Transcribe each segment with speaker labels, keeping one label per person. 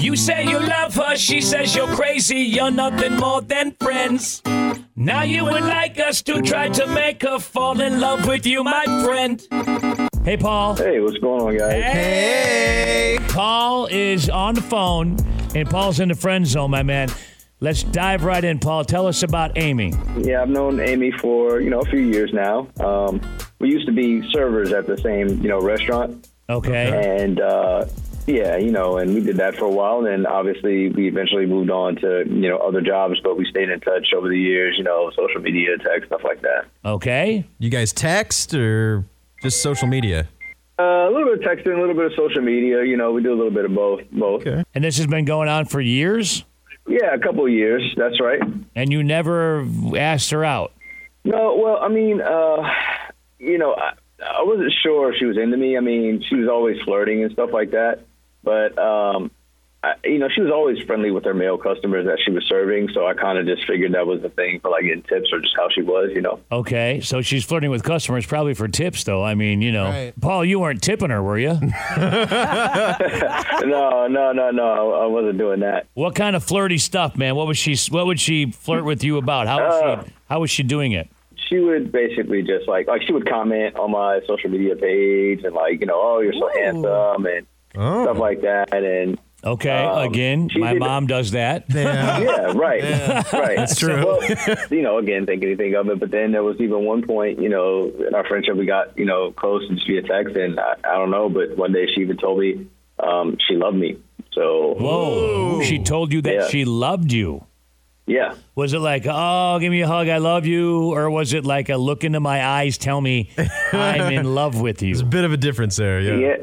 Speaker 1: You say you love her, she says you're crazy, you're nothing more than friends. Now you would like us to try to make her fall in love with you, my friend. Hey, Paul.
Speaker 2: Hey, what's going on, guys?
Speaker 1: Hey. Paul is on the phone, and Paul's in the friend zone, my man. Let's dive right in, Paul. Tell us about Amy.
Speaker 2: Yeah, I've known Amy for you know a few years now. Um, we used to be servers at the same you know restaurant,
Speaker 1: Okay.
Speaker 2: and uh, yeah, you know, and we did that for a while. And then obviously we eventually moved on to you know other jobs, but we stayed in touch over the years. You know, social media, text, stuff like that.
Speaker 1: Okay.
Speaker 3: You guys text or just social media?
Speaker 2: Uh, a little bit of texting, a little bit of social media. You know, we do a little bit of both. Both.
Speaker 1: And this has been going on for years,
Speaker 2: Yeah, a couple of years. That's right.
Speaker 1: and you never asked her out.
Speaker 2: No, well, I mean, uh, you know, I, I wasn't sure if she was into me. I mean, she was always flirting and stuff like that. But, um, I, you know, she was always friendly with her male customers that she was serving. So I kind of just figured that was the thing for like getting tips or just how she was, you know.
Speaker 1: Okay. So she's flirting with customers, probably for tips, though. I mean, you know,
Speaker 3: Right.
Speaker 1: Paul, you weren't tipping her, were you?
Speaker 2: no, no, no, no. I, I wasn't doing that.
Speaker 1: What kind of flirty stuff, man? What was she? What would she flirt with you about? How was
Speaker 2: Uh,
Speaker 1: she? How was she doing it?
Speaker 2: She would basically just like, like she would comment on my social media page and like, you know, oh, you're so handsome and stuff like that. And,
Speaker 1: Okay,
Speaker 2: Um,
Speaker 1: again,
Speaker 2: she
Speaker 1: my
Speaker 2: did-
Speaker 1: mom does that.
Speaker 3: Yeah.
Speaker 2: yeah, right, right.
Speaker 3: That's true.
Speaker 2: Well, you know, again, think anything of it. But then there was even one point, you know, in our friendship, we got you know close just via text, and I, I don't know, but one day she even told me um, she loved me. So
Speaker 1: Whoa! Oh, She told you that
Speaker 2: Yeah.
Speaker 1: she loved you.
Speaker 2: yeah,
Speaker 1: Was it like, oh, give me a hug, I love you, or was it like a look into my eyes, tell me I'm in love with you?
Speaker 3: There's a bit of a difference there. Yeah.
Speaker 2: yeah.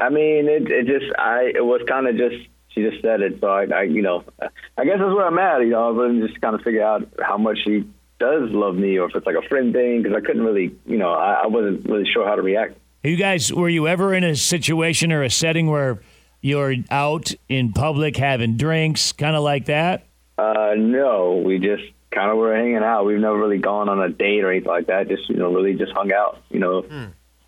Speaker 2: I mean, it, it just I it was kind of just she just said it, so I, I you know I guess that's where I'm at. You know, I'm just kind of figure out how much she does love me, or if it's like a friend thing, because I couldn't really, you know, I, I wasn't really sure how to react.
Speaker 1: You guys, were you ever in a situation or a setting where you're out in public having drinks, kind of like that?
Speaker 2: Uh, no, we just kind of were hanging out. We've never really gone on a date or anything like that. Just you know, really just hung out. You know,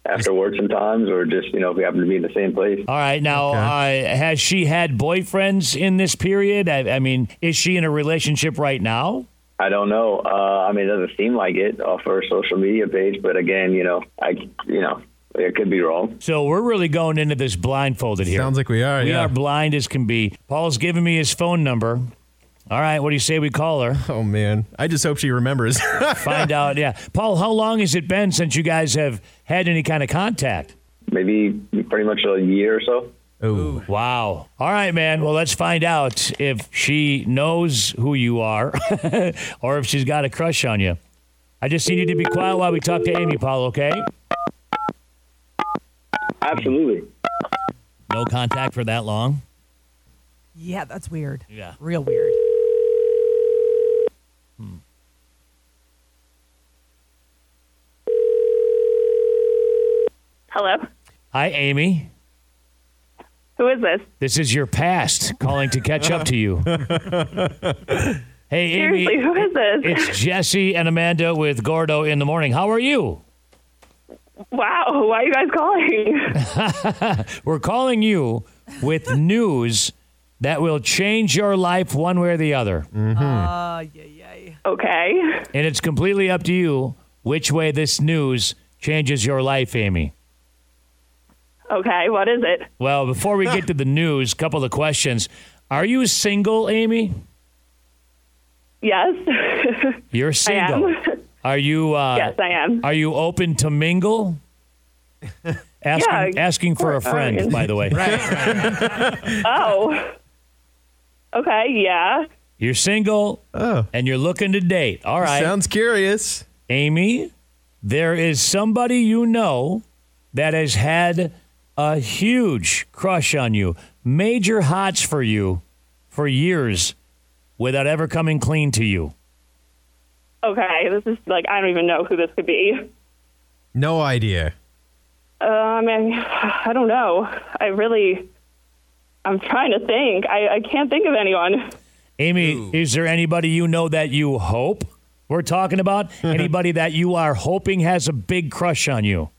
Speaker 2: after work sometimes, or just you know, if we happen to be in the same place.
Speaker 1: All right, now uh, has she had boyfriends in this period? I, I mean, is she in a relationship right now?
Speaker 2: I don't know. Uh, I mean, it doesn't seem like it off her social media page, but again, you know, I you know, it could be wrong.
Speaker 1: So we're really going into this blindfolded here.
Speaker 3: Sounds like we are.
Speaker 1: we
Speaker 3: yeah.
Speaker 1: are blind as can be. Paul's giving me his phone number. All right, what do you say we call her?
Speaker 3: oh man. I just hope she remembers.
Speaker 1: Find out. Yeah, Paul, how long has it been since you guys have had any kind of contact?
Speaker 2: Maybe pretty much a year or so.
Speaker 3: Ooh.
Speaker 1: Wow. All right, man. Well, let's find out if she knows who you are or if she's got a crush on you. I just need you to be quiet while we talk to Amy, Paul, okay?
Speaker 2: Absolutely.
Speaker 1: No contact for that long.
Speaker 4: Yeah, that's weird.
Speaker 1: Yeah.
Speaker 4: Real weird.
Speaker 5: Hello.
Speaker 1: Hi, Amy.
Speaker 5: Who is this?
Speaker 1: This is your past calling to catch up to you. hey, Amy.
Speaker 5: Seriously, who is this?
Speaker 1: It's Jesse and Amanda with Gordo in the morning. How are you?
Speaker 5: Wow, why are you guys calling?
Speaker 1: We're calling you with news that will change your life one way or the other.
Speaker 4: Uh, yeah, yeah. yeah.
Speaker 5: Okay.
Speaker 1: And it's completely up to you which way this news changes your life, Amy.
Speaker 5: Okay, what is it?
Speaker 1: Well, before we get to the news, couple of questions. Are you single, Amy?
Speaker 5: Yes.
Speaker 1: You're
Speaker 5: I am.
Speaker 1: single. Are you uh
Speaker 5: yes, I am.
Speaker 1: Are you open to mingle? asking,
Speaker 5: Yeah,
Speaker 1: asking for a
Speaker 5: course.
Speaker 1: friend,
Speaker 5: Alright.
Speaker 1: by the way.
Speaker 5: Oh. Okay, yeah.
Speaker 1: You're single
Speaker 3: Oh.
Speaker 1: and you're looking to date. All right.
Speaker 3: Sounds curious.
Speaker 1: Amy, there is somebody you know that has had a huge crush on you. major hots for you for years without ever coming clean to you.
Speaker 5: Okay, this is like I don't even know who this could be.
Speaker 3: No idea.
Speaker 5: Uh, I mean, I don't know. I really, I'm trying to think. I, I can't think of anyone.
Speaker 1: Amy, is there anybody you know that you hope we're talking about? anybody that you are hoping has a big crush on you?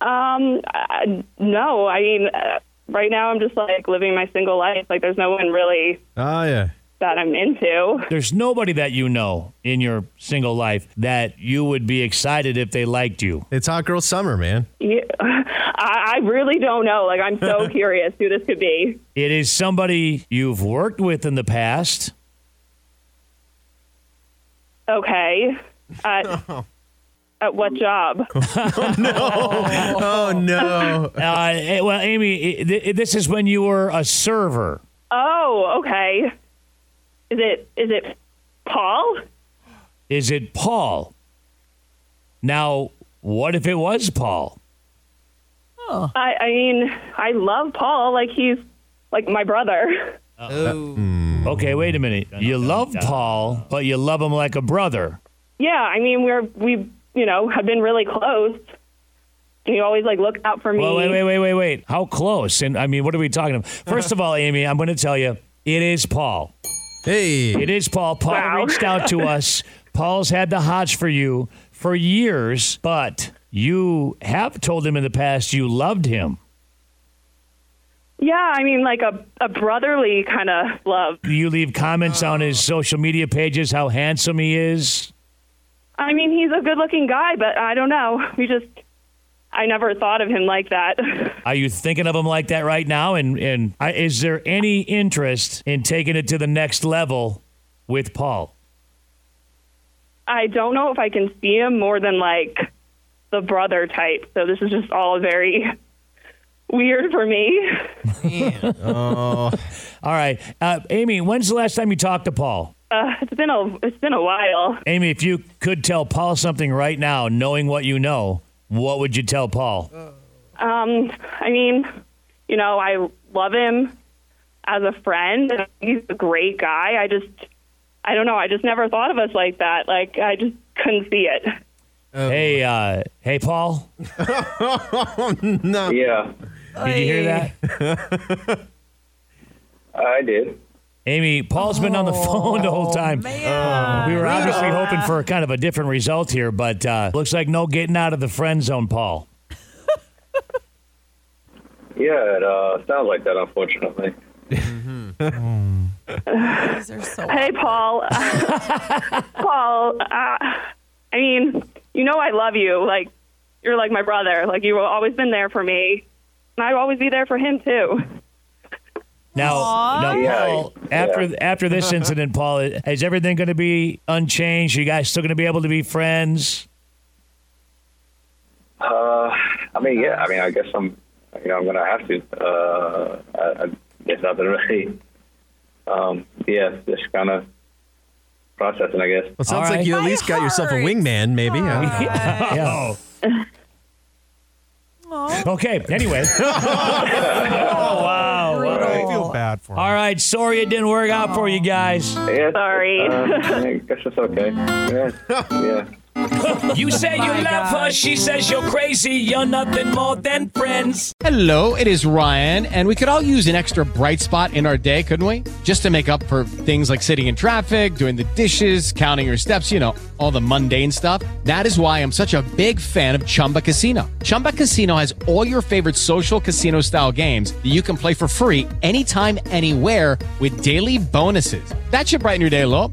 Speaker 5: Um, I, no, I mean, uh, right now I'm just like living my single life. Like, there's no one really
Speaker 3: Oh, yeah.
Speaker 5: that I'm into.
Speaker 1: There's nobody that you know in your single life that you would be excited if they liked you.
Speaker 3: It's hot girl summer, man.
Speaker 5: Yeah, I, I really don't know. Like, I'm so curious who this could be.
Speaker 1: It is somebody you've worked with in the past.
Speaker 5: Okay. At,
Speaker 1: Oh.
Speaker 5: at what job?
Speaker 3: Oh, no.
Speaker 1: Uh, eh, well, Amy, eh, th- this is when you were a server.
Speaker 5: Oh, okay. Is it is it Paul?
Speaker 1: Is it Paul? Now, what if it was Paul?
Speaker 5: I, I mean, I love Paul. Like he's like my brother.
Speaker 1: Okay, wait a minute. You love Paul, but you love him like a brother.
Speaker 5: Yeah, I mean we're we you know have been really close. And he always like looked out for me.
Speaker 1: Well, wait, wait, wait, wait, wait. How close? And I mean, what are we talking about? First of all, Amy, I'm going to tell you, it is Paul.
Speaker 3: Hey.
Speaker 1: It is Paul. Paul
Speaker 5: Wow.
Speaker 1: reached out to us. Paul's had the hots for you for years, but you have told him in the past you loved him.
Speaker 5: Yeah, I mean like a a brotherly kind of love.
Speaker 1: You leave comments on his social media pages how handsome he is.
Speaker 5: I mean he's a good looking guy, but I don't know. We just I never thought of him like that.
Speaker 1: Are you thinking of him like that right now? And and I, is there any interest in taking it to the next level with Paul?
Speaker 5: I don't know if I can see him more than like the brother type. So this is just all very weird for me.
Speaker 1: All right, uh, Amy. When's the last time you talked to Paul?
Speaker 5: Uh, it's been a it's been a while.
Speaker 1: Amy, if you could tell Paul something right now, knowing what you know, what would you tell Paul?
Speaker 5: Um, I mean, you know, I love him as a friend. and He's a great guy. I just, I don't know. I just never thought of us like that. Like, I just couldn't see it.
Speaker 1: hey, uh, hey, Paul.
Speaker 2: Yeah,
Speaker 1: Did you hear that?
Speaker 2: I did.
Speaker 1: Amy, Paul's been on the phone the whole time. We were obviously hoping for kind of a different result here, but uh, looks like no getting out of the friend zone, Paul.
Speaker 2: Yeah, it uh, sounds like that, unfortunately.
Speaker 4: These are so.
Speaker 5: Hey, Paul. Paul. Uh, I mean, you know, I love you. Like, you're like my brother. Like, you've always been there for me, and I'd always be there for him too.
Speaker 1: Now, now
Speaker 2: Yeah,
Speaker 1: Paul, after after this incident, Paul, is everything going to be unchanged? You guys still going to be able to be friends?
Speaker 2: Uh, I mean, yeah. I mean, I guess I'm, you know, I'm gonna have to. Uh, I, I, there's nothing really. Um, yeah, just kind of processing, I guess.
Speaker 3: Well, sounds
Speaker 1: All right.
Speaker 3: like you at least got yourself a
Speaker 4: heart.
Speaker 3: wingman, maybe. huh?
Speaker 1: Yeah. Okay. Anyway.
Speaker 6: I feel bad for him.
Speaker 1: All right. Sorry it didn't work out for you guys.
Speaker 2: Yeah,
Speaker 5: Sorry.
Speaker 2: Uh, I guess it's okay. Yeah, yeah.
Speaker 1: You say you love her. She says you're crazy. You're nothing more than friends.
Speaker 7: Hello, it is Ryan, and we could all use an extra bright spot in our day, couldn't we? Just to make up for things like sitting in traffic, doing the dishes, counting your steps, you know, all the mundane stuff. That is why I'm such a big fan of Chumba Casino. Chumba Casino has all your favorite social casino style games that you can play for free anytime, anywhere with daily bonuses. That should brighten your day, a little.